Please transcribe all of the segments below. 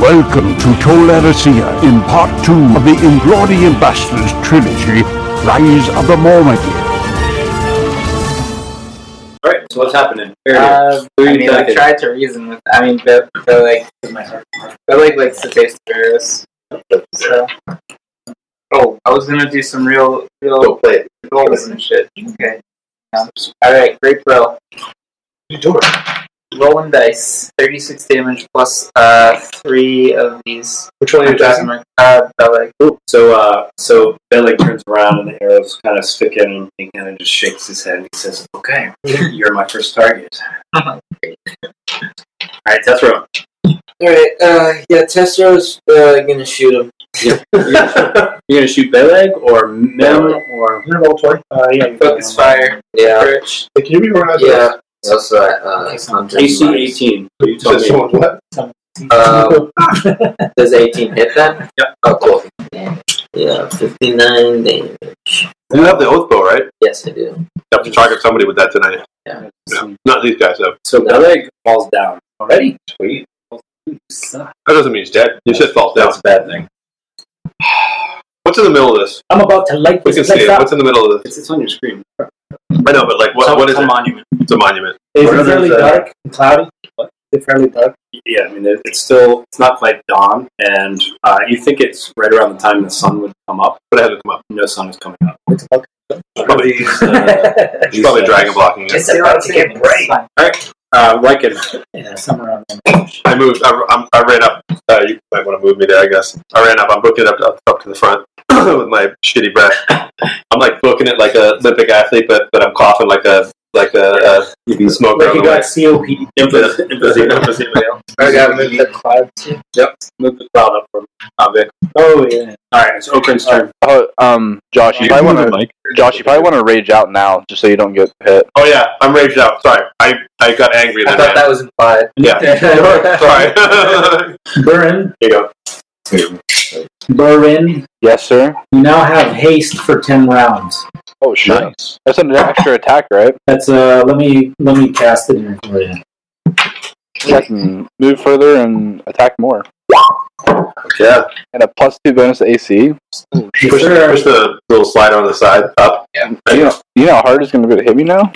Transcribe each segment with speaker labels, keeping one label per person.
Speaker 1: Welcome to Tolericea in part two of the Inglorious Bastards trilogy, Rise of the Mormagir.
Speaker 2: All right, so what's happening?
Speaker 3: Uh,
Speaker 2: Who are
Speaker 3: I
Speaker 2: you
Speaker 3: mean, I
Speaker 2: attacking?
Speaker 3: tried to reason with. I mean, but, but like, but like, likes the taste of various. So. Oh, I was gonna do some real, real
Speaker 4: play it.
Speaker 3: goals and shit. Okay. Um, all right, great bro.
Speaker 4: You do it.
Speaker 3: Rolling dice, thirty-six damage plus uh three of these.
Speaker 4: Which one are you attacking?
Speaker 3: Uh, Belleg.
Speaker 2: Ooh, so, uh, so Belly turns around and the arrows kind of stick in and he kind of just shakes his head and he says, "Okay, you're my first target." All right, that's wrong.
Speaker 5: All right. Uh, yeah, Tesso's uh, gonna shoot him.
Speaker 4: You're
Speaker 2: You're gonna shoot Beleg or Mem or
Speaker 4: gonna roll twenty. Uh, yeah. you
Speaker 3: Focus fire.
Speaker 5: Yeah.
Speaker 3: Rich.
Speaker 4: Hey, can you reorganize?
Speaker 5: Yeah. That's uh, uh,
Speaker 2: AC 18. So you tell
Speaker 4: Says
Speaker 2: me.
Speaker 4: someone what?
Speaker 5: Um, does 18 hit then?
Speaker 2: Yep.
Speaker 5: Oh, cool. Yeah, 59 damage.
Speaker 4: You have the oath bow, right?
Speaker 5: Yes, I do.
Speaker 4: You have to target somebody with that tonight. Yeah. Not these guys though.
Speaker 2: So Beleg falls down already.
Speaker 4: Sweet.
Speaker 2: You suck.
Speaker 4: That doesn't mean he's dead. He just falls down.
Speaker 2: That's a bad thing.
Speaker 4: What's in the middle of this?
Speaker 6: I'm about to light
Speaker 4: We
Speaker 6: this
Speaker 4: can
Speaker 6: place
Speaker 4: see it.
Speaker 6: up.
Speaker 4: What's in the middle of this?
Speaker 2: It's, it's on your screen.
Speaker 4: I know, but like, what,
Speaker 2: Some-
Speaker 4: what is
Speaker 2: some
Speaker 4: it?
Speaker 2: monument?
Speaker 4: It's a monument.
Speaker 6: Is
Speaker 2: What are
Speaker 6: it fairly
Speaker 2: those, uh,
Speaker 6: dark and cloudy?
Speaker 2: What?
Speaker 6: Is it fairly dark?
Speaker 2: Yeah, I mean, it- it's still it's not quite dawn, and uh, you think it's right around the time the sun would come up.
Speaker 4: But it hasn't come up.
Speaker 2: No sun is coming up.
Speaker 6: It's about
Speaker 4: It's probably,
Speaker 2: These, uh,
Speaker 4: it's probably
Speaker 2: these, uh,
Speaker 4: dragon blocking it.
Speaker 6: about to get bright.
Speaker 2: Uh, Riken,
Speaker 6: Yeah, somewhere around there.
Speaker 4: I moved. I, I'm- I ran up. Uh, you might want to move me there, I guess. I ran up. I'm booking up up, up to the front with my shitty breath. I'm like booking it like a Olympic athlete, but but I'm coughing like a like a, a smoker.
Speaker 6: Like
Speaker 4: on
Speaker 6: you
Speaker 4: the way.
Speaker 6: got COPD.
Speaker 2: emphysema.
Speaker 3: I got moved
Speaker 6: The clouds.
Speaker 2: Move the cloud up from uh, Vic.
Speaker 6: Oh yeah.
Speaker 2: All right, it's Okren's turn.
Speaker 7: Oh, um, Josh, you probably want to. Josh, you probably want to rage out now, just so you don't get hit.
Speaker 4: Oh yeah, I'm raged out. Sorry, I, I got angry.
Speaker 5: I
Speaker 4: Then
Speaker 5: thought
Speaker 4: ran.
Speaker 5: that was implied.
Speaker 4: Sorry.
Speaker 6: Burin,
Speaker 4: there you go.
Speaker 6: Burin,
Speaker 7: Yes, sir.
Speaker 6: you now have haste for ten rounds.
Speaker 7: Oh shit. Nice. That's an extra attack, right?
Speaker 6: That's uh. Let me let me cast it in for you.
Speaker 7: So I can move further and attack more,
Speaker 4: Yeah.
Speaker 7: and a plus two bonus to AC.
Speaker 4: Push, push the little slider on the side up.
Speaker 7: You know, you know how hard it's gonna be to hit me now.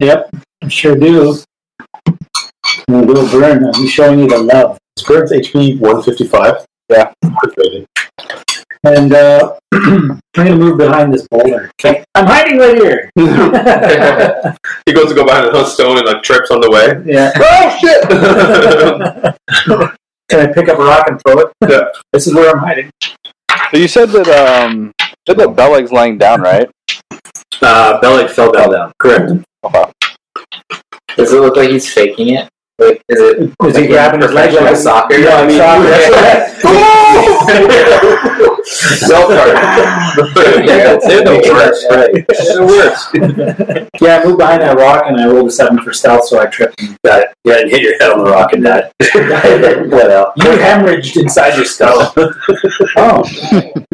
Speaker 6: Yep, I sure do. And Will Byrne, I'll be showing you the love.
Speaker 4: It's current HP 155.
Speaker 7: Yeah.
Speaker 4: That's crazy.
Speaker 6: And uh, I'm going to move behind this boulder. Like, I'm hiding right here. yeah.
Speaker 4: He goes to go behind another stone and like trips on the way. Oh shit!
Speaker 6: Can I pick up a rock and throw it?
Speaker 4: Yeah.
Speaker 6: This is where I'm hiding.
Speaker 7: So you said that um, you said that Belleg's lying down, right?
Speaker 2: Uh, Belleg fell down. Correct.
Speaker 5: Does it look like he's faking it? Like, is it?
Speaker 6: Is he grabbing his leg like a
Speaker 5: soccer?
Speaker 6: No, I mean-
Speaker 4: Self target.
Speaker 2: right? It works.
Speaker 6: Yeah, I moved behind that rock and I rolled a seven for stealth, so I tripped.
Speaker 2: Got it. Yeah, and hit your head on the rock and that. what else?
Speaker 6: You hemorrhaged inside your skull. oh,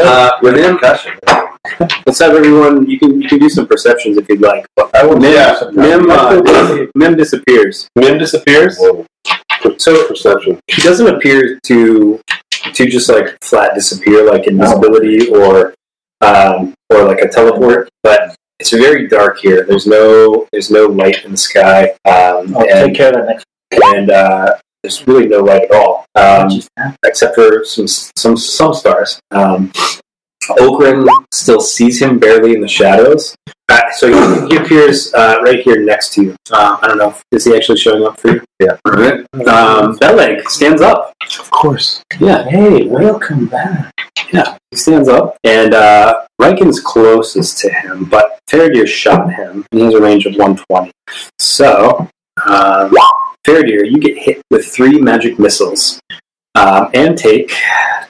Speaker 2: Uh, with concussion. Let's have everyone. You can you can do some perceptions if you'd like. I will. Mim,
Speaker 4: Yeah.
Speaker 2: Mim, uh, Mim disappears.
Speaker 4: Mim disappears.
Speaker 2: So
Speaker 4: Perception.
Speaker 2: he doesn't appear to to just like flat disappear like invisibility or um, or like a teleport but it's very dark here there's no there's no light in the sky um,
Speaker 6: I'll take
Speaker 2: and
Speaker 6: care of that next
Speaker 2: and uh, there's really no light at all um, except for some some some stars um, Ogren still sees him barely in the shadows uh, so he, he appears uh, right here next to you uh, I don't know is he actually showing up for you yeah um, Beleg stands up
Speaker 6: Of course.
Speaker 2: yeah,
Speaker 6: Hey, welcome back.
Speaker 2: he stands up, and uh, Rankin's closest to him, but Faradir shot him, and he has a range of 120. So, um, Faradir, you get hit with three magic missiles. um, and take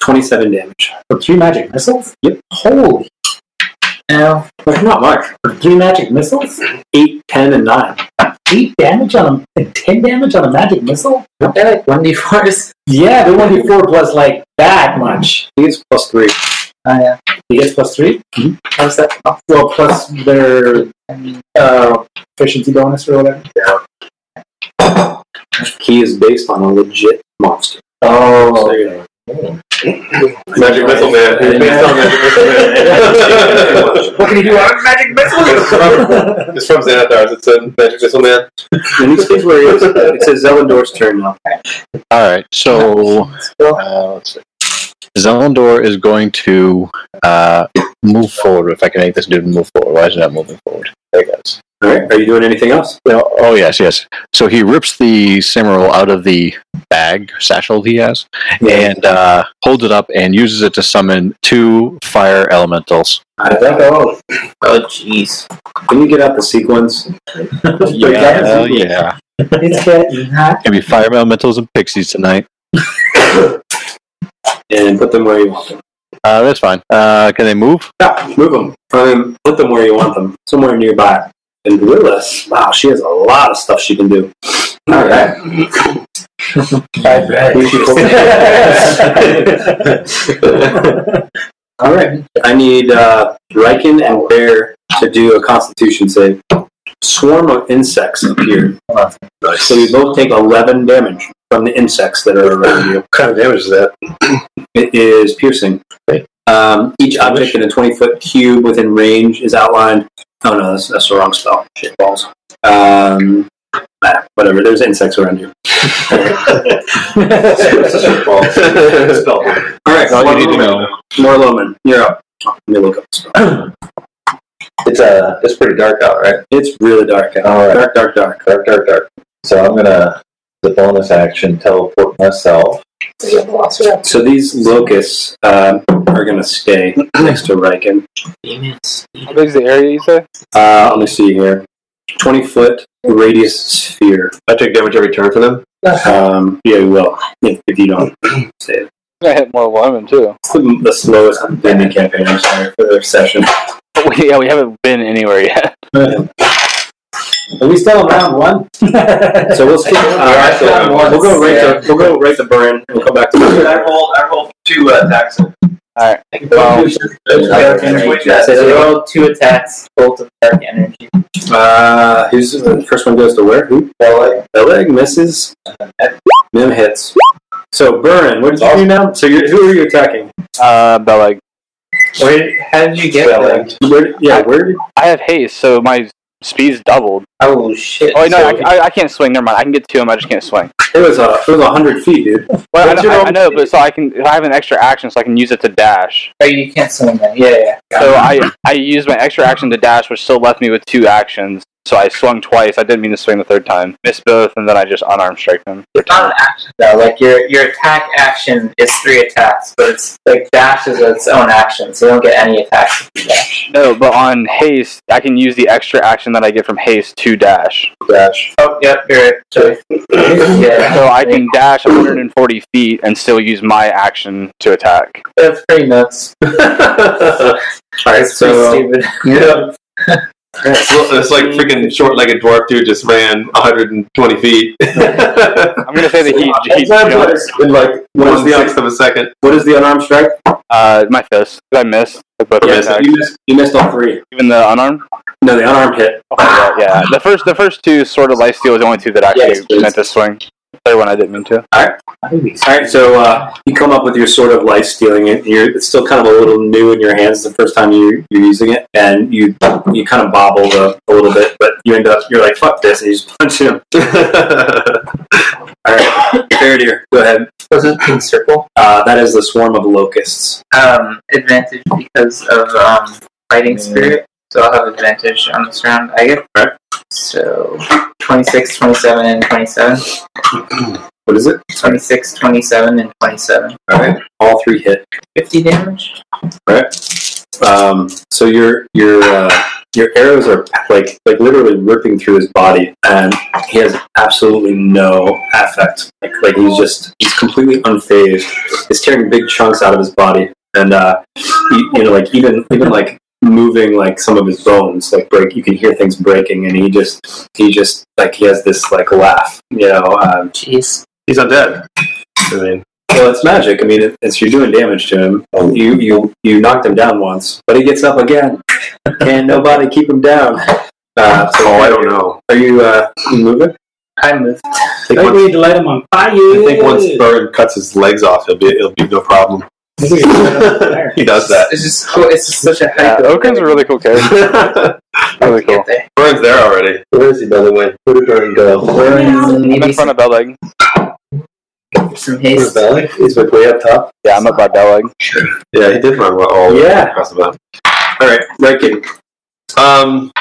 Speaker 2: 27 damage.
Speaker 6: With three magic missiles?
Speaker 2: Yep.
Speaker 6: Holy.
Speaker 3: Now,
Speaker 2: Like, not much.
Speaker 6: With three magic missiles?
Speaker 2: 8, 10, and 9.
Speaker 6: Eight damage on a and ten damage on a magic missile?
Speaker 3: aren't they like 1d4s?
Speaker 6: Yeah, they want to do four plus like that much.
Speaker 2: He gets plus 3.
Speaker 3: Oh, yeah.
Speaker 6: He gets plus three?
Speaker 3: How's that? Oh,
Speaker 6: Mm-hmm. Well plus their uh, efficiency bonus or whatever.
Speaker 2: He is based on a legit monster. So,
Speaker 6: Oh
Speaker 2: you know.
Speaker 4: Magic Missile Man. It's based on Magic Missile Man.
Speaker 6: what can you do? I'm magic
Speaker 4: it's, from, it's from Xanathars. It's a Magic Missile Man.
Speaker 2: And he stays where he is. It's a Zelendor's turn now.
Speaker 7: All right. So uh, let's see. Zelendor is going to uh, move forward. If I can make this dude move forward, why is it not moving forward? There he goes.
Speaker 2: Alright, are you doing anything else?
Speaker 7: You know, oh yes, yes. So he rips the Cimarril out of the bag satchel he has, and uh, holds it up and uses it to summon two fire elementals.
Speaker 2: I think oh,
Speaker 3: jeez.
Speaker 2: Can you get out the sequence?
Speaker 7: Yeah, yeah.
Speaker 6: It's getting hot.
Speaker 7: Gonna be fire elementals and pixies tonight.
Speaker 2: And put them where you want them.
Speaker 7: Uh, that's fine. Uh, can they move?
Speaker 2: Yeah, move them. I mean, put them where you want them. Somewhere nearby. And Lilith, wow, she has a lot of stuff she can do. Alright. All right. I need uh, Riken and Bear to do a Constitution save. Swarm of insects appear, so you both take eleven damage from the insects that are around you.
Speaker 4: What kind of damage is that?
Speaker 2: It is piercing. Um, each object in a twenty-foot cube within range is outlined. Oh no, that's, that's the wrong spell. Shit balls. Um, ah, whatever. There's insects around you.
Speaker 4: Spell.
Speaker 2: All right.
Speaker 7: All you
Speaker 2: Morloman.
Speaker 7: need to know.
Speaker 2: Morloman, you're up. Let me look up the spell.
Speaker 5: It's uh, it's pretty dark out, right?
Speaker 2: It's really dark out.
Speaker 5: All right,
Speaker 2: Dark, dark, dark.
Speaker 5: dark, dark, dark. So I'm gonna the bonus action teleport myself.
Speaker 2: So these locusts um, are going to stay next to Riken.
Speaker 3: Demons.
Speaker 8: How big's the area you say?
Speaker 2: Uh, let me see here. 20 foot radius sphere.
Speaker 4: I take damage every turn for them.
Speaker 2: Um, yeah, you will, if, if you don't say it.
Speaker 8: I hit more women too.
Speaker 2: It's the, the slowest ending campaign, I'm sorry, for their session.
Speaker 9: But we, yeah, we haven't been anywhere yet.
Speaker 6: Are we still on round one?
Speaker 2: So we'll skip. Uh, so we'll go right to we'll go right to Burn. We'll come back to
Speaker 4: I roll, I roll two uh, attacks.
Speaker 3: Well,
Speaker 2: Burn.
Speaker 3: dark energy. So they
Speaker 6: oh,
Speaker 3: roll two attacks, both of dark energy.
Speaker 2: Uh, who's the first one goes to where? Who? Beleg. Beleg misses. Mim hits. So Burn, what did you do now? So you're, who are you attacking?
Speaker 9: Uh, but like
Speaker 3: Where, how did you get
Speaker 4: Spelling.
Speaker 3: that?
Speaker 2: Where, yeah, where did
Speaker 9: I have haste, so my speed's doubled.
Speaker 3: Oh, shit.
Speaker 9: Oh wait, no,
Speaker 3: So-
Speaker 9: I, I, I can't swing. Never mind. I can get to him. I just can't swing.
Speaker 2: it was a it was a hundred feet, dude.
Speaker 9: Well, I,
Speaker 2: What's your
Speaker 9: I,
Speaker 2: roll?
Speaker 9: I know, but so I can. I have an extra action, so I can use it to dash.
Speaker 3: Oh, you can't swing that. Yeah, yeah. yeah.
Speaker 9: So I I used my extra action to dash, which still left me with two actions. So I swung twice. I didn't mean to swing the third time. Missed both, and then I just unarmed strike him.
Speaker 3: It's not an action though. Like your your attack action is three attacks, but it's like dash is its own action, so you don't get any attacks if you dash.
Speaker 9: No, but on haste, I can use the extra action that I get from haste to dash.
Speaker 3: Oh, yep, you're right. Sorry. yeah,
Speaker 9: So I can dash 140 feet and still use my action to attack.
Speaker 3: that's pretty nuts.
Speaker 2: Alright,
Speaker 3: That's pretty
Speaker 2: so
Speaker 3: stupid.
Speaker 4: Yeah. It's, li- it's like freaking short-legged dwarf dude just ran 120 feet.
Speaker 9: I'm gonna say that he, he jumped,
Speaker 4: in like
Speaker 2: What is
Speaker 4: one
Speaker 2: the-
Speaker 4: sixth of a second.
Speaker 2: what is the unarmed strike?
Speaker 9: uh, my fist. I missed. with both
Speaker 4: Yeah,
Speaker 9: attacks.
Speaker 2: You missed you missed all three.
Speaker 9: Even the unarmed.
Speaker 2: No, the unarmed hit.
Speaker 9: Oh, yeah, yeah. The first, the first two sort of lifesteal was the only two that I
Speaker 2: Yes,
Speaker 9: actually
Speaker 2: please.
Speaker 9: meant to swing. The third one I didn't mean to.
Speaker 2: Alright, so uh, you come up with your sword of life stealing it. You're it's still kind of a little new in your hands the first time you you're using it and you you kind of bobble the, a little bit, but you end up you're like, fuck this, and you just punch him. Alright. Faradir, go ahead.
Speaker 3: Was it pink circle?
Speaker 2: Uh, that is the swarm of locusts.
Speaker 3: Um, advantage because of um fighting spirit, so I'll have advantage on this round. I get
Speaker 2: Right.
Speaker 3: so 26, 27, and 27.
Speaker 2: What is it?
Speaker 3: 26, 27, and 27.
Speaker 2: Alright. All three hit.
Speaker 3: 50 damage?
Speaker 2: Um, so your your uh, your arrows are like like literally ripping through his body, and he has absolutely no affect. Like like he's just he's completely unfazed. He's tearing big chunks out of his body, and uh, he, you know like even even like moving like some of his bones like break. You can hear things breaking, and he just he just like he has this like laugh. You know, um,
Speaker 3: Jeez.
Speaker 4: He's undead. I mean,
Speaker 2: well, it's magic. I mean, it- it's you're doing damage to him. You you you knocked him down once, but he gets up again. Can nobody keep him down? Uh, so
Speaker 4: oh, I don't know.
Speaker 2: Are you uh, moving? I'm moving.
Speaker 4: I think,
Speaker 6: I
Speaker 4: once,
Speaker 6: need to light him on fire.
Speaker 4: I think once Burn cuts his legs off, it'll be it'll be no problem. he does that.
Speaker 8: It's just cool. It's just such a
Speaker 9: Yeah,
Speaker 8: hype.
Speaker 9: Okrin's a really cool character. Really cool.
Speaker 4: Burn's there already.
Speaker 5: Where is he, by the way? Where did Burn go?
Speaker 9: I'm in
Speaker 3: Maybe
Speaker 9: front
Speaker 3: some,
Speaker 9: of Belleg.
Speaker 3: some
Speaker 5: Where's
Speaker 3: haste.
Speaker 5: Bellic? He's like way up top.
Speaker 9: Yeah, I'm up by Belleg.
Speaker 4: Yeah, he did run well. Oh, All the way
Speaker 2: Yeah.
Speaker 4: across the map.
Speaker 2: All right, Rankin.
Speaker 4: Um,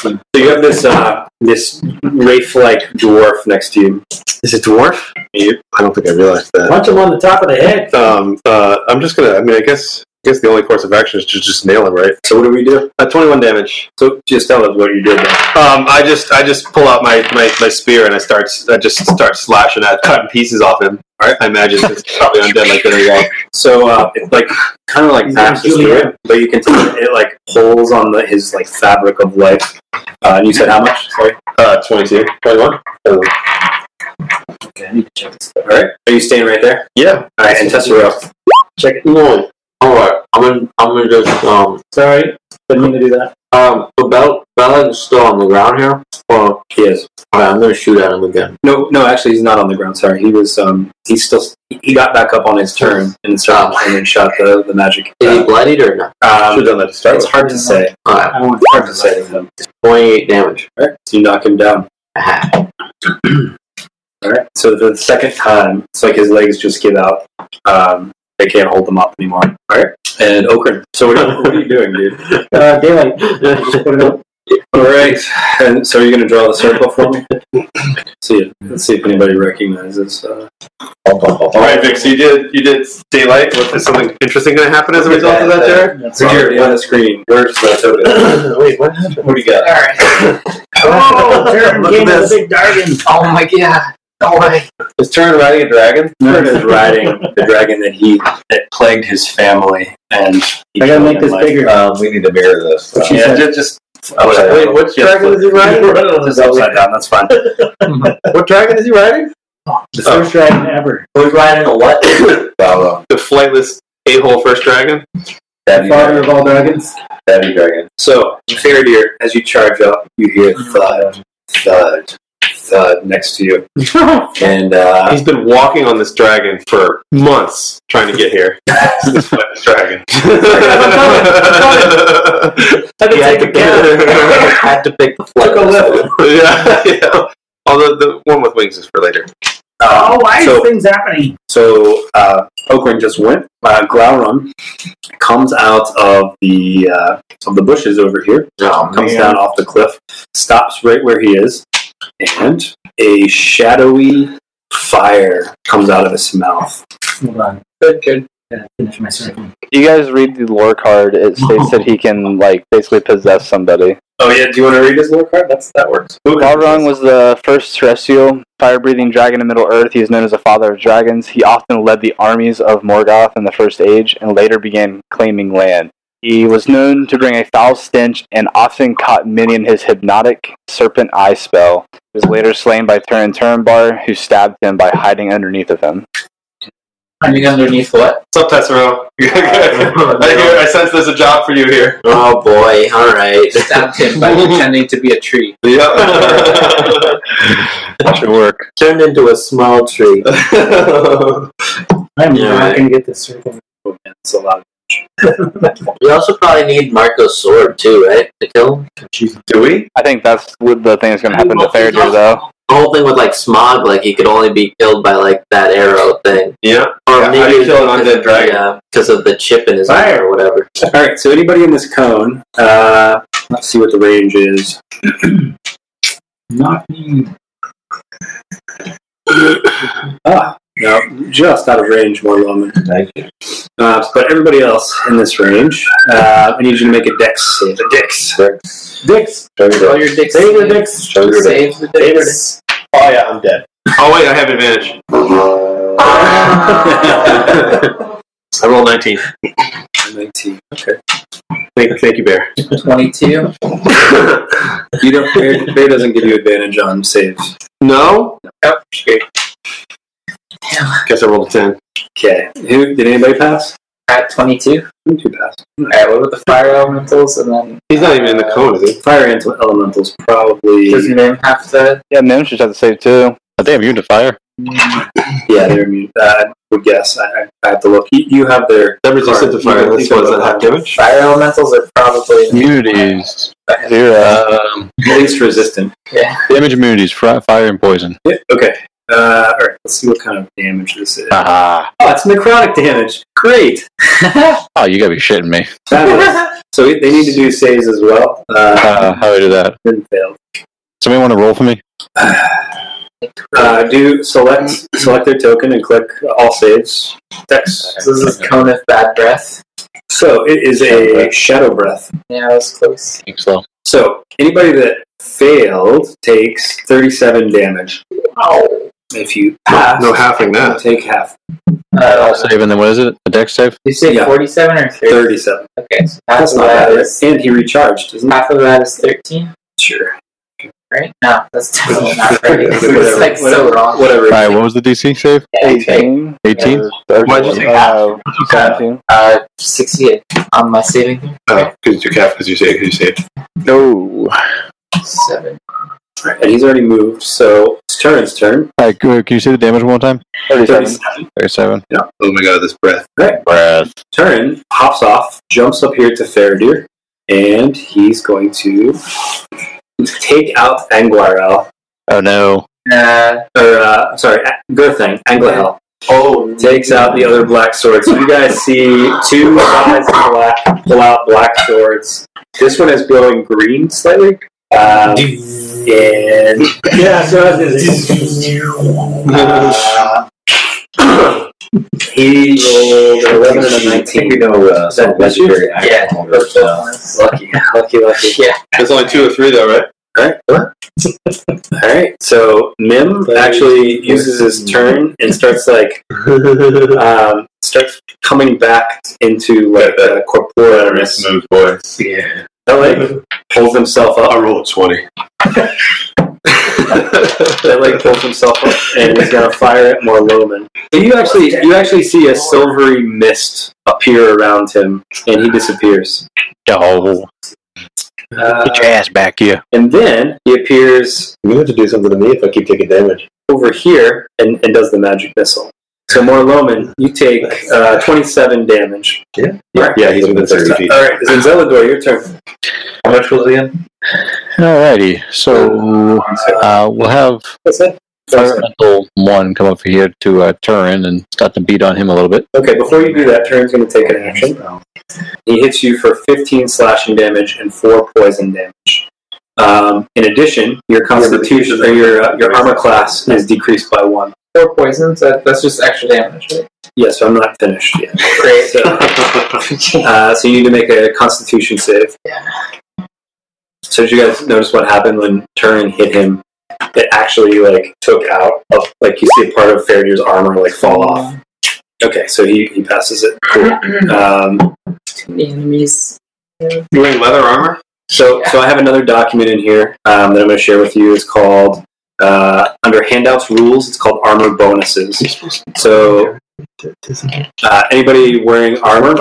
Speaker 2: So you have this uh, this wraith-like dwarf next to you.
Speaker 4: is it dwarf? You- I don't think I realized that.
Speaker 6: Punch him on the top of the head.
Speaker 4: Um, uh, I'm just gonna. I mean, I guess. I guess the only course of action is to just nail him, right?
Speaker 2: So what do we do?
Speaker 4: Uh, 21 damage.
Speaker 2: So just tell us what you did. Then.
Speaker 4: Um, I just I just pull out my, my, my spear and I start I just start slashing at cutting pieces off him. I imagine it's probably undead like the other guy.
Speaker 2: So uh, it like kind of like
Speaker 6: He's
Speaker 2: passes
Speaker 6: like
Speaker 2: through
Speaker 6: Julian.
Speaker 2: it, but you can tell it like pulls on the, his like fabric of life. Uh, and you said how much? Sorry.
Speaker 4: Uh, 22, 21.
Speaker 2: All right. Are you staying right there?
Speaker 4: Yeah.
Speaker 2: All right, and Tessero.
Speaker 5: No. All right. I'm gonna I'm gonna just um
Speaker 6: Sorry, didn't mean to do that.
Speaker 5: um. So Bell Bellin's still on the ground here. Well,
Speaker 2: He is.
Speaker 5: all right, I'm gonna shoot at him again.
Speaker 2: No, no. Actually, he's not on the ground. Sorry, he was. Um, he's still. He got back up on his turn and started and then shot the the magic.
Speaker 5: Is Ah. he
Speaker 2: Uh,
Speaker 5: bloodied or not?
Speaker 2: um,
Speaker 4: done that to start
Speaker 2: it's hard to say.
Speaker 5: All right.
Speaker 6: I want
Speaker 2: Hard to say with him.
Speaker 5: 28 damage.
Speaker 2: All right. So you knock him down.
Speaker 5: Ah,
Speaker 2: All right. So the second time, it's like his legs just give out. Um, they can't hold them up anymore. All right. And Okran. So what are, you- what are you doing, dude?
Speaker 6: Uh, daylight. Just put it up.
Speaker 2: All right. And so are you going to draw the circle for me? see it. Let's see if anybody recognizes. Uh,
Speaker 5: bum, bum, bum,
Speaker 4: All
Speaker 5: bum.
Speaker 4: right, Vic. So you did you did daylight. What is something interesting going to happen as a result of that, Jared?
Speaker 2: it's already on the screen. Where's the token?
Speaker 5: Wait, what happened? What do you got?
Speaker 3: All right.
Speaker 6: Oh, Jordan
Speaker 4: Look at
Speaker 6: gave me the
Speaker 4: this.
Speaker 6: big Dargan.
Speaker 3: Oh my god. Oh my.
Speaker 5: Is Turn riding a dragon?
Speaker 2: Turn is riding the dragon that he that plagued his family, and he
Speaker 6: I gotta
Speaker 2: killed
Speaker 6: make
Speaker 2: him
Speaker 6: this
Speaker 2: like-
Speaker 6: bigger.
Speaker 5: Um, we need to mirror this.
Speaker 6: What she
Speaker 2: Yeah,
Speaker 6: said.
Speaker 2: just, just oh,
Speaker 5: Wait, which dragon is he riding?
Speaker 2: Just upside down. That's fine.
Speaker 5: What dragon is he riding?
Speaker 6: The first dragon ever.
Speaker 5: Who's riding a what? Bala.
Speaker 4: The flightless a hole first dragon.
Speaker 5: Daddy
Speaker 6: Father of
Speaker 5: dragon.
Speaker 6: all dragons.
Speaker 5: Daddy dragon.
Speaker 2: So, fair deer, as you charge up, you hear thud, thud, thud next to you, and uh,
Speaker 4: He's been walking on this dragon for months trying to get here. this flightless dragon.
Speaker 5: He had to pick- had to pick the flight.
Speaker 4: yeah, yeah. Although the one with wings is for later.
Speaker 6: Oh,
Speaker 2: uh,
Speaker 6: why
Speaker 2: so
Speaker 6: is things happening?
Speaker 2: so uh, Okrin just went. Uh, Glaurung comes out of the uh, of the bushes over here,
Speaker 5: Oh,
Speaker 2: comes down off the cliff, stops right where he is, and a shadowy fire comes out of his mouth.
Speaker 6: Hold on.
Speaker 3: Good, good.
Speaker 6: Gotta finish my circle.
Speaker 9: You guys read the lore card. It states that he can like basically possess somebody.
Speaker 2: Oh yeah, do you want to read his little card? That's that works.
Speaker 9: Balrog was the first terrestrial fire-breathing dragon in Middle Earth. He is known as the father of dragons. He often led the armies of Morgoth in the First Age, and later began claiming land. He was known to bring a foul stench and often caught many in his hypnotic serpent eye spell. He was later slain by Turin Turinbar, who stabbed him by hiding underneath of him.
Speaker 3: Hiding underneath what?
Speaker 4: What's up, Tessero? I, hear, I sense there's a job for you here.
Speaker 5: Oh boy, alright.
Speaker 3: Stabbed him by pretending to be a tree.
Speaker 4: Yep.
Speaker 7: That should work.
Speaker 5: Turned into a small tree.
Speaker 6: I'm
Speaker 5: Yeah,
Speaker 6: not
Speaker 5: right.
Speaker 6: gonna get this circle.
Speaker 2: It's a lot.
Speaker 5: We also probably need Marco's sword too, right? To kill him?
Speaker 4: Do we?
Speaker 9: I think that's what the thing that's going to happen to Faradir, though.
Speaker 5: The whole thing with like smog, like he could only be killed by like that arrow thing.
Speaker 4: Yeah.
Speaker 5: Or
Speaker 4: Yeah, how do you kill an undead dragon?
Speaker 5: Yeah, because of the chip in his eye
Speaker 2: Fire.
Speaker 5: or whatever.
Speaker 2: All right, so anybody in this cone, uh, let's see what the range is.
Speaker 6: Not me.
Speaker 2: Ah, No, just out of range, more woman.
Speaker 5: Thank you.
Speaker 2: Uh, but everybody else in this range, uh, I need you to make a dex save. A dex.
Speaker 5: Dicks.
Speaker 6: Dicks.
Speaker 5: Show
Speaker 3: All your dicks.
Speaker 6: Save your dicks.
Speaker 5: your dicks.
Speaker 3: Save the dicks.
Speaker 5: Oh yeah, I'm dead.
Speaker 4: Oh wait, I have advantage. I rolled 19.
Speaker 2: 19.
Speaker 4: Thank, thank you, Bear.
Speaker 3: Twenty-two.
Speaker 2: You don't, Bear, Bear doesn't give you advantage on saves.
Speaker 4: No? Guess I rolled a 10.
Speaker 2: Okay. Who, did anybody pass?
Speaker 3: At twenty-two.
Speaker 2: Two passed.
Speaker 3: Alright, what about the fire elementals and then uh,
Speaker 4: He's not even in the cone, is he?
Speaker 2: Fire ant- elementals probably.
Speaker 3: does Nim have to
Speaker 9: Yeah, Nim should have to save too.
Speaker 7: Are they immune to fire?
Speaker 2: Yeah, they're immune. Uh, I would guess. I, I, I have to look. You, you have their.
Speaker 4: That resistant to fire. This was a half damage.
Speaker 3: fire elementals are probably
Speaker 7: Immunities.
Speaker 9: Zero.
Speaker 7: Um,
Speaker 2: least resistant.
Speaker 7: damage immunities, fri- fire and poison.
Speaker 2: Yeah, okay. Uh, all right. Let's see what kind of damage this is.
Speaker 7: Ah,
Speaker 2: Oh, it's necrotic damage. Great.
Speaker 7: oh, you gotta be shitting me.
Speaker 2: Fabulous. so we- they need to do saves as well.
Speaker 4: Ah.
Speaker 2: Uh,
Speaker 7: Uh, how do I do that?
Speaker 2: then failed.
Speaker 7: Somebody want to roll for me?
Speaker 2: Uh, do select select their token and click all saves. Dex.
Speaker 3: so this is cone of bad breath.
Speaker 2: So it is a shadow breath.
Speaker 3: Yeah, I was close.
Speaker 7: Think so.
Speaker 2: So anybody that failed takes thirty-seven damage. Oh. If you pass,
Speaker 4: No halfing that.
Speaker 2: take half.
Speaker 3: Uh,
Speaker 7: I'll save, and then what is it? A deck save?
Speaker 3: you say
Speaker 2: Yeah.
Speaker 3: forty-seven or thirty?
Speaker 2: Thirty-seven.
Speaker 3: Okay, so half
Speaker 2: That's
Speaker 3: of
Speaker 2: not
Speaker 3: that
Speaker 2: bad.
Speaker 3: is
Speaker 2: right? And he recharged, isn't
Speaker 3: half of that is thirteen,
Speaker 2: it? Sure.
Speaker 3: right? No, that's definitely not right.
Speaker 2: Whatever.
Speaker 3: it's like so wrong.
Speaker 2: Whatever.
Speaker 7: All right, what was the DC save?
Speaker 3: Yeah, it's like,
Speaker 9: 18.
Speaker 7: 18?
Speaker 4: Why'd you take
Speaker 9: Uh, 17.
Speaker 3: Uh, sixty-eight on my saving throw.
Speaker 4: Oh, because you half, because you saved, because you saved.
Speaker 7: No.
Speaker 3: Seven.
Speaker 2: And he's already moved, so it's Turin's turn.
Speaker 7: All right, can you say the damage one more time?
Speaker 9: 37.
Speaker 7: 37.
Speaker 4: Oh my god, this breath.
Speaker 7: Breath.
Speaker 2: Turin hops off, jumps up here to Faradir, and he's going to take out Anguirel.
Speaker 7: Oh no.
Speaker 3: Uh,
Speaker 2: Or, uh, sorry, A- Gerthang, Anglahel. Oh, takes out the other black sword. So you guys see two guys in black pull out black swords. This one is glowing green slightly. Um, and
Speaker 6: Yeah, so I was gonna say.
Speaker 2: Uh,
Speaker 5: Uh,
Speaker 2: he rolled an 11 and a
Speaker 5: I think
Speaker 2: 19.
Speaker 5: we know uh, some
Speaker 2: That misses?
Speaker 5: legendary action
Speaker 3: Yeah.
Speaker 5: holders now.
Speaker 2: Lucky, lucky, lucky.
Speaker 3: yeah.
Speaker 4: There's only two or three, though, right?
Speaker 2: Alright, what? Alright, so Mim actually uses his turn and starts like, um, starts coming back into like a corporealness.
Speaker 4: Move, boy.
Speaker 2: That like pulls himself up.
Speaker 4: I rolled 20.
Speaker 2: That like pulls himself up and he's gonna fire at Morloman. And you actually, you actually see a silvery mist appear around him and he disappears.
Speaker 7: Yo.
Speaker 2: Uh,
Speaker 7: Get your ass back here.
Speaker 2: And then he appears
Speaker 5: You have to do something to me if I keep taking damage.
Speaker 2: over here and, and does the magic missile. So Morloman, you take uh, 27 damage.
Speaker 5: Yeah, he's within 30 feet.
Speaker 2: All right, Zenzelador, your turn.
Speaker 5: How much was he in?
Speaker 7: Alrighty, so uh, we'll have
Speaker 2: That's it.
Speaker 7: Fire Elemental 1 come up here to uh, Turin and start to beat on him a little bit.
Speaker 2: Okay, before you do that, Turn's going to take an action. He hits you for 15 slashing damage and 4 poison damage. Um, in addition, your constitution or your, uh, your armor class is decreased by 1.
Speaker 3: Four poisons. That, that's just extra damage, right?
Speaker 2: Yes, I'm not finished yet.
Speaker 3: Great.
Speaker 2: So, uh, so you need to make a Constitution save.
Speaker 3: Yeah.
Speaker 2: So did you guys notice what happened when Turin hit him? It actually like took out of like you see a part of Faraday's armor like fall off. Okay, so he, he passes it. Cool. Um,
Speaker 3: Too many enemies.
Speaker 4: You wearing leather armor?
Speaker 2: so so I have another document in here um, that I'm going to share with you. It's called uh, under handouts rules. It's called armor bonuses. So uh, anybody wearing armor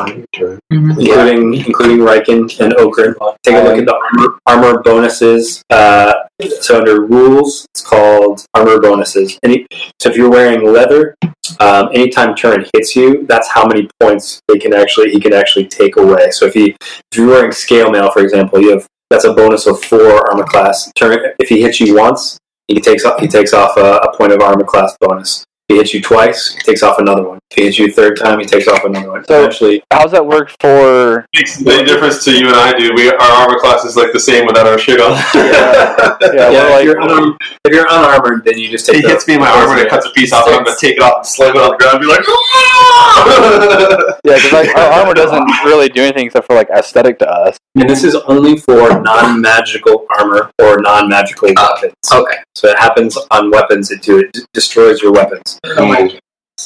Speaker 2: including including Riken and Okrin. Take a look at the armor, armor bonuses. Uh, so under rules, it's called armor bonuses. Any, so if you're wearing leather, um, anytime Turin hits you, that's how many points they can actually he can actually take away. So if he if you're wearing scale mail, for example, you have that's a bonus of four armor class. Turin, if he hits you once, he takes off he takes off a, a point of armor class bonus. He hits you twice, he takes off another one. He hits you a third time, he takes off another one.
Speaker 9: So-
Speaker 2: Eventually,
Speaker 9: How's that work for?
Speaker 4: Makes no difference to you and I, dude. We our armor class is like the same without our shit on. Um,
Speaker 9: Yeah,
Speaker 2: yeah,
Speaker 9: we're
Speaker 2: if,
Speaker 9: like,
Speaker 2: you're unarm- if you're unarmored, then you just
Speaker 4: he
Speaker 2: take. the-
Speaker 4: hits me in my armor and it cuts a piece off. and I'm gonna take it off and slam it on the ground and be like, "Ah!"
Speaker 9: yeah, because like our armor doesn't really do anything except for like aesthetic to us.
Speaker 2: And this is only for non-magical armor or non-magical weapons.
Speaker 3: okay.
Speaker 2: So it happens on weapons. It do it d- destroys your weapons.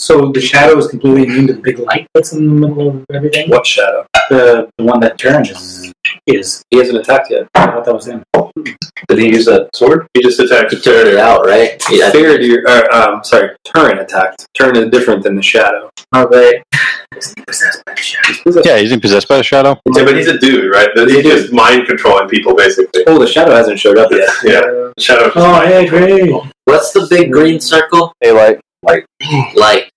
Speaker 6: So the shadow is completely immune to the big light that's in the middle of everything.
Speaker 2: What shadow?
Speaker 6: The, the one that turns is
Speaker 2: He hasn't attacked yet.
Speaker 6: I thought that was him.
Speaker 5: Did he use that sword?
Speaker 4: He just attacked.
Speaker 5: He turned it out, right? Yeah, I think
Speaker 2: Figured you. Uh, um, sorry, Turin attacked. Turin is different than the shadow.
Speaker 3: Oh, great.
Speaker 7: Yeah, he's been possessed by the shadow.
Speaker 4: Yeah, but he's a dude, right? He's just mind controlling people, basically.
Speaker 2: Oh, the shadow hasn't showed up yet.
Speaker 4: Yeah, shadow.
Speaker 6: Oh, hey, great.
Speaker 5: What's the big green circle?
Speaker 9: Daylight.
Speaker 5: Light.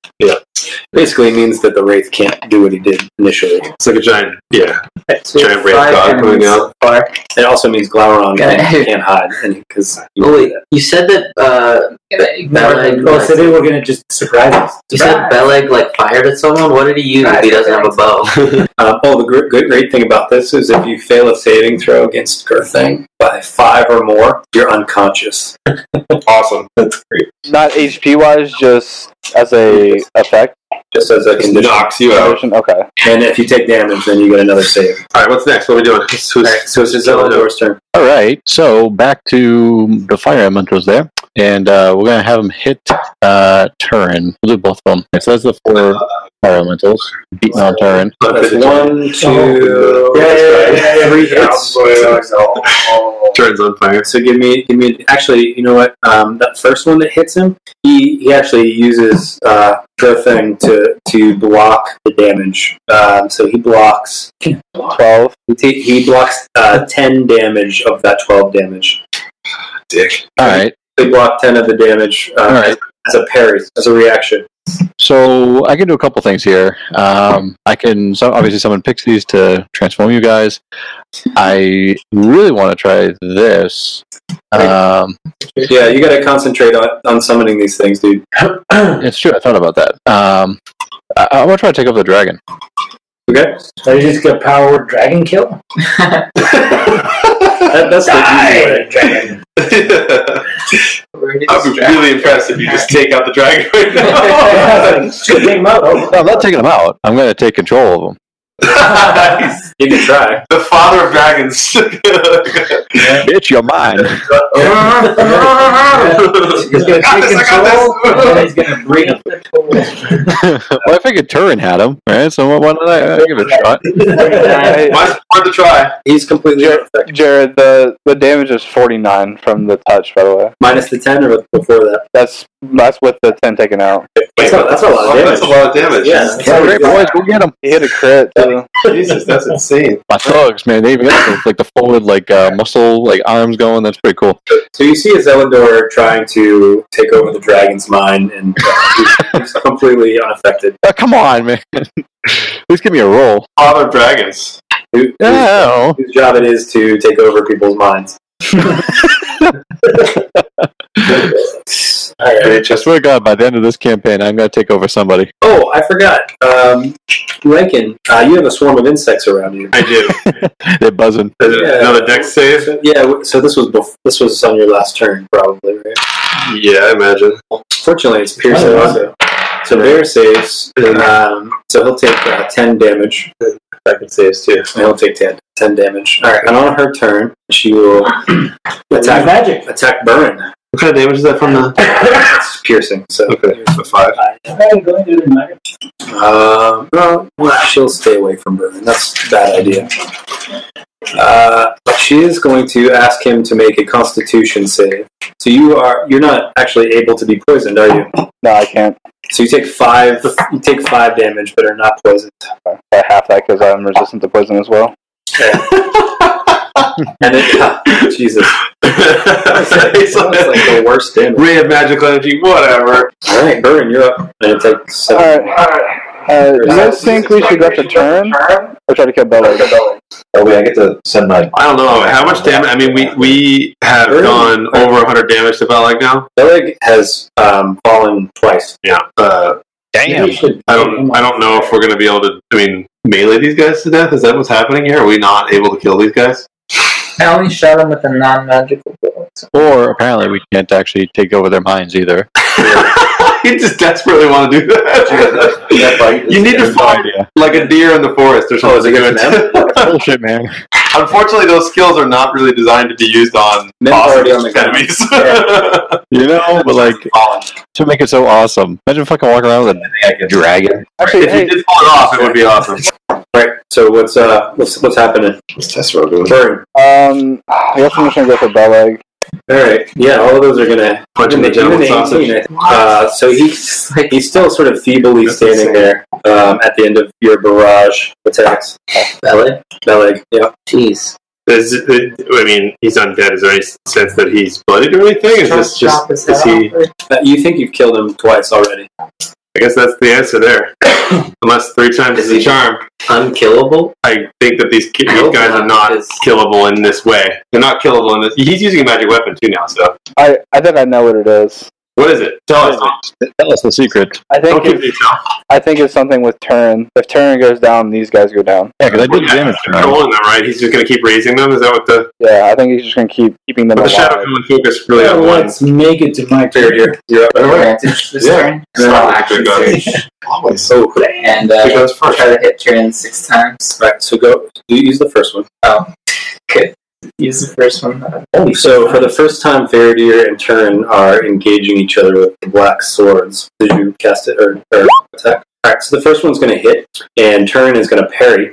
Speaker 2: Basically means that the wraith can't do what he did initially.
Speaker 4: It's like a giant, yeah,
Speaker 3: So we have
Speaker 4: giant wraith
Speaker 3: five
Speaker 4: god
Speaker 3: enemies
Speaker 4: coming out.
Speaker 3: so far.
Speaker 2: It also means Glaurung
Speaker 3: Okay.
Speaker 2: can't hide because
Speaker 5: Oh, wait, you said that. Uh, Beleg,
Speaker 6: Well, so they were gonna just surprise us.
Speaker 5: you said Beleg like fired at someone. What did he use? if he doesn't have a bow.
Speaker 2: Um, oh, the great, great, great thing about this is if you fail a saving throw against Gerthang by five or more, you're unconscious.
Speaker 4: Awesome. That's great.
Speaker 9: Not HP wise, just as a effect.
Speaker 2: Just as a
Speaker 4: Just
Speaker 2: condition.
Speaker 4: knocks you out.
Speaker 9: version? Okay.
Speaker 2: And if you take damage, then you get another save.
Speaker 4: All right, what's next? What are we doing? Who's- who's-
Speaker 2: Alright, so it's just Eleanor's turn.
Speaker 7: All right, so back to the fire elementals there, and uh, we're gonna have him hit uh, Turin. We'll do both of them. So that's the four fire elementals beating on Turin.
Speaker 2: That's one, two.
Speaker 4: Oh.
Speaker 2: every hit.
Speaker 4: Turns on fire.
Speaker 2: So give me, give me. Actually, you know what? Um, that first one that hits him, he, he actually uses uh, Gerthang to to block the damage. Um, so he blocks
Speaker 9: Twelve.
Speaker 2: He, ta- he blocks uh, 10 damage of that 12 damage.
Speaker 4: Dick.
Speaker 7: All right,
Speaker 2: They block 10 of the damage uh,
Speaker 7: all right.
Speaker 2: as a parry, as a reaction.
Speaker 7: So I can do a couple things here. Um, I can so obviously someone picks these to transform you guys. I really want to try this. Um,
Speaker 2: Yeah, you gotta concentrate on, on summoning these things, dude.
Speaker 7: it's true. I thought about that. Um, I, I want to try to take over the dragon.
Speaker 2: Okay?
Speaker 6: So you just get power dragon kill?
Speaker 2: That, that's the easy way.
Speaker 4: I'd be really impressed if you just take out the dragon right now.
Speaker 6: Big mo.
Speaker 7: No, I'm not taking them out. I'm going to take control of them.
Speaker 4: Nice.
Speaker 2: You can try.
Speaker 4: The father of dragons.
Speaker 7: Bitch, you're mine.
Speaker 6: He's gonna
Speaker 4: I got
Speaker 6: take
Speaker 4: this, I
Speaker 6: control,
Speaker 4: got
Speaker 6: and
Speaker 4: this.
Speaker 6: then he's gonna bring up the
Speaker 7: well, I figured Turin had him, right? So why don't I, I give it a shot?
Speaker 9: Hey,
Speaker 4: Mine's worth a try.
Speaker 2: He's completely
Speaker 9: Jared,
Speaker 2: unaffected.
Speaker 9: Jared, the the damage is forty nine from the touch. By the way,
Speaker 2: Minus the 10 or before that.
Speaker 9: that's that's with the ten taken out.
Speaker 2: That's a, that's a lot of
Speaker 4: That's a
Speaker 2: damage.
Speaker 4: lot of damage.
Speaker 2: Yeah.
Speaker 7: Yeah, great boys, go get him.
Speaker 9: He hit a crit. Too.
Speaker 4: Jesus, that's insane.
Speaker 7: My thugs, man, they even got the, like the folded like uh, muscle like arms going. That's pretty cool.
Speaker 2: So you see Zelindor trying to take over the dragon's mind, and uh, he's, he's completely unaffected.
Speaker 7: Uh, come on, man. At least give me a roll.
Speaker 4: Father of dragons.
Speaker 2: Who, whose,
Speaker 7: No.
Speaker 2: whose job it is to take over people's minds.
Speaker 7: Bitch, I swear to God, by the end of this campaign, I'm going to take over somebody.
Speaker 2: Oh, I forgot. Um, Rankin, uh, you have a swarm of insects around you.
Speaker 4: I do.
Speaker 7: They're buzzing.
Speaker 2: Yeah.
Speaker 4: Another deck save.
Speaker 2: Yeah, w- so this was bef- this was on your last turn, probably, right?
Speaker 4: Yeah, I imagine.
Speaker 2: Fortunately, it's piercing
Speaker 6: Oh, wow.
Speaker 2: also. So Bear saves, and, um, so he'll take uh, 10 damage.
Speaker 4: Second saves too.
Speaker 2: And he'll take 10, 10 damage. All right, and on her turn, she will attack
Speaker 6: magic.
Speaker 2: attack Burn.
Speaker 4: What kind of damage is that from the?
Speaker 2: It's piercing, so.
Speaker 4: Okay, so five.
Speaker 2: Um, well, well, she'll stay away from Burn. That's a bad idea. Uh, but she is going to ask him to make a Constitution save. So you are you're not actually able to be poisoned, are you?
Speaker 9: No, I can't.
Speaker 2: So you take five you take five damage, but are not poisoned.
Speaker 9: By half that because I'm resistant to poison as well.
Speaker 2: And it, Jesus, that's like, that's like the worst damage.
Speaker 4: Ray of magical energy, whatever.
Speaker 2: All right, Burn, you're up. And it takes
Speaker 9: All
Speaker 2: seven.
Speaker 9: right. Uh, do you guys think we should rush a turn or try to kill Bellard?
Speaker 5: Oh wait, I get to send my.
Speaker 4: I don't know how much damage. I mean, we we have
Speaker 2: Really?
Speaker 4: done gone over 100 damage to Belleg now.
Speaker 2: Beleg has um, fallen twice.
Speaker 4: Yeah. Uh,
Speaker 7: Damn.
Speaker 4: I don't. I don't know if we're going to be able to. I mean, melee these guys to death. Is that what's happening here? Are we not able to kill these guys?
Speaker 3: I only shot him with a non-magical bullet.
Speaker 7: Or apparently we can't actually take over their minds either.
Speaker 4: you just desperately want to do that. you need to find
Speaker 7: idea.
Speaker 4: like a deer in the forest or something. to do it to.
Speaker 7: Bullshit, man.
Speaker 4: Unfortunately, those skills are not really designed to be used on
Speaker 2: already
Speaker 4: awesome
Speaker 2: on the ground.
Speaker 4: enemies.
Speaker 7: You know, but like to make it so awesome. Imagine fucking walking around with a dragon.
Speaker 9: Actually,
Speaker 4: if
Speaker 9: hey,
Speaker 4: you did pull it off, it would be awesome.
Speaker 2: Right. So what's uh what's what's happening?
Speaker 4: What's Tessero doing?
Speaker 2: Burn.
Speaker 9: um, I guess I'm just gonna go for Belleg.
Speaker 2: All right. Yeah, all of those are gonna
Speaker 4: Punching the
Speaker 2: even
Speaker 4: gentleman
Speaker 2: even
Speaker 4: sausage.
Speaker 2: 18, I think. Uh, so he's he's still sort of feebly
Speaker 4: That's
Speaker 2: standing there um, at the end of your barrage attacks.
Speaker 3: Belly?
Speaker 2: Beleg. Yeah.
Speaker 3: Jeez.
Speaker 4: Is it, I mean, he's undead. Is there any sense that he's bloodied or anything? Is this just? Is he?
Speaker 2: Uh, You think you've killed him twice already?
Speaker 4: I guess that's the answer there. Unless three times is
Speaker 2: Is
Speaker 4: a
Speaker 2: he-
Speaker 4: charm.
Speaker 2: Unkillable.
Speaker 4: I think that these, ki-
Speaker 2: I
Speaker 4: these
Speaker 2: hope
Speaker 4: guys
Speaker 2: not,
Speaker 4: are not
Speaker 2: because-
Speaker 4: killable in this way. They're not killable in this. He's using a magic weapon too now. So
Speaker 9: I I think I know what it is.
Speaker 4: what is it? Tell us.
Speaker 7: Tell us the secret.
Speaker 9: I
Speaker 4: Don't
Speaker 9: think
Speaker 4: keep it to
Speaker 9: it's,
Speaker 4: yourself.
Speaker 9: I think it's something with Turn. If Turn goes down, these guys go down.
Speaker 7: Yeah, because I did damage
Speaker 4: They're Controlling them, right? He's just going to keep raising them. Is that what the?
Speaker 9: Yeah, I think he's just gonna keep keeping them
Speaker 4: But the shadow
Speaker 9: alive.
Speaker 4: can focus really on Oh, one.
Speaker 6: Let's make it to my turn.
Speaker 2: You're, you're up.
Speaker 3: Advantage this
Speaker 4: Yeah.
Speaker 3: turn.
Speaker 4: It's not like
Speaker 3: Action
Speaker 4: they're gonna-
Speaker 3: surge.
Speaker 2: Always. Oh,
Speaker 3: And uh,
Speaker 4: He goes first.
Speaker 3: try to hit Tyrion six times.
Speaker 2: Right. So go. You use the first one.
Speaker 3: Use the first one. uh,
Speaker 2: Oh, So for the first time, Faradir and Turn are engaging each other with black swords. Did you cast it or, or attack? All right. So the first one's going to hit, and Turn is going to parry.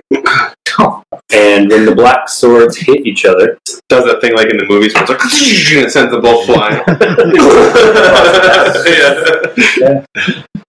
Speaker 2: and when the black swords hit each other,
Speaker 4: Does that thing like in the movies where it's like and it sends the ball flying. yeah.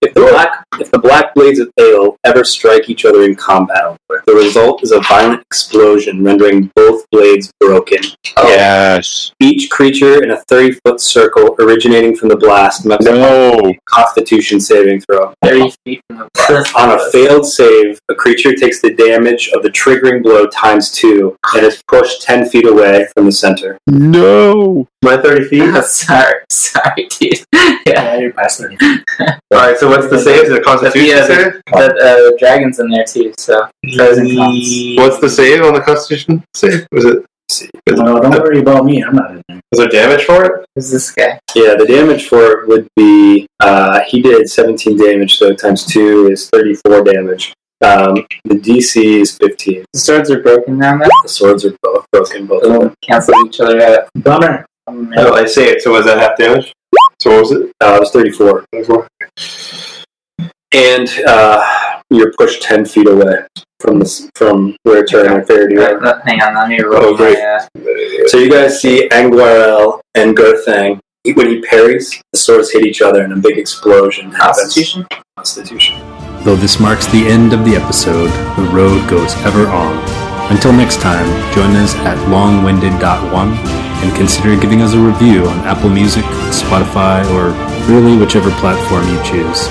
Speaker 2: if the black if the black blades of hail ever strike each other in combat, the result is a violent explosion, rendering both blades broken.
Speaker 7: Yes.
Speaker 2: Each creature in a thirty foot circle originating from the blast must make
Speaker 7: No.
Speaker 2: a Constitution saving throw.
Speaker 3: 30 feet from the
Speaker 2: On a failed save, a creature takes the damage of the triggering blow times two and is pushed 10 feet away from the center.
Speaker 7: No.
Speaker 4: My thirty feet.
Speaker 3: Oh, sorry, sorry, dude. Yeah,
Speaker 6: you're passing.
Speaker 4: All right. So what's the save? Is it a Constitution
Speaker 3: Yeah.
Speaker 4: save?
Speaker 3: but uh, the dragon's in there too, so pros and cons.
Speaker 4: What's the save on the Constitution save? Was it?
Speaker 6: No, don't worry about me. I'm not in there.
Speaker 4: Was there damage for it?
Speaker 3: Who's this guy?
Speaker 2: Yeah, the damage for it would be uh, he did 17 damage, so times two is 34 damage. Um, the DC is 15.
Speaker 3: The swords are broken now, man.
Speaker 2: The swords are both broken, both of
Speaker 3: They'll
Speaker 2: them.
Speaker 3: cancel each other out.
Speaker 6: Bummer.
Speaker 3: Um,
Speaker 2: Oh.
Speaker 4: No, Oh, I saved. So was that half damage? So what was it?
Speaker 2: Uh, it was 34. And uh, you're pushed 10 feet away from this, from where Turn and Faraday are.
Speaker 3: uh, let- hang on, let me roll.
Speaker 2: Oh, great.
Speaker 3: my, uh,
Speaker 2: So you guys see Anguirel and Gerthang. When he parries, the swords hit each other and a big explosion happens.
Speaker 3: Constitution?
Speaker 2: Constitution.
Speaker 10: Though this marks the end of the episode, the road goes ever on. Until next time, join us at longwinded.one and consider giving us a review on Apple Music, Spotify, or really whichever platform you choose.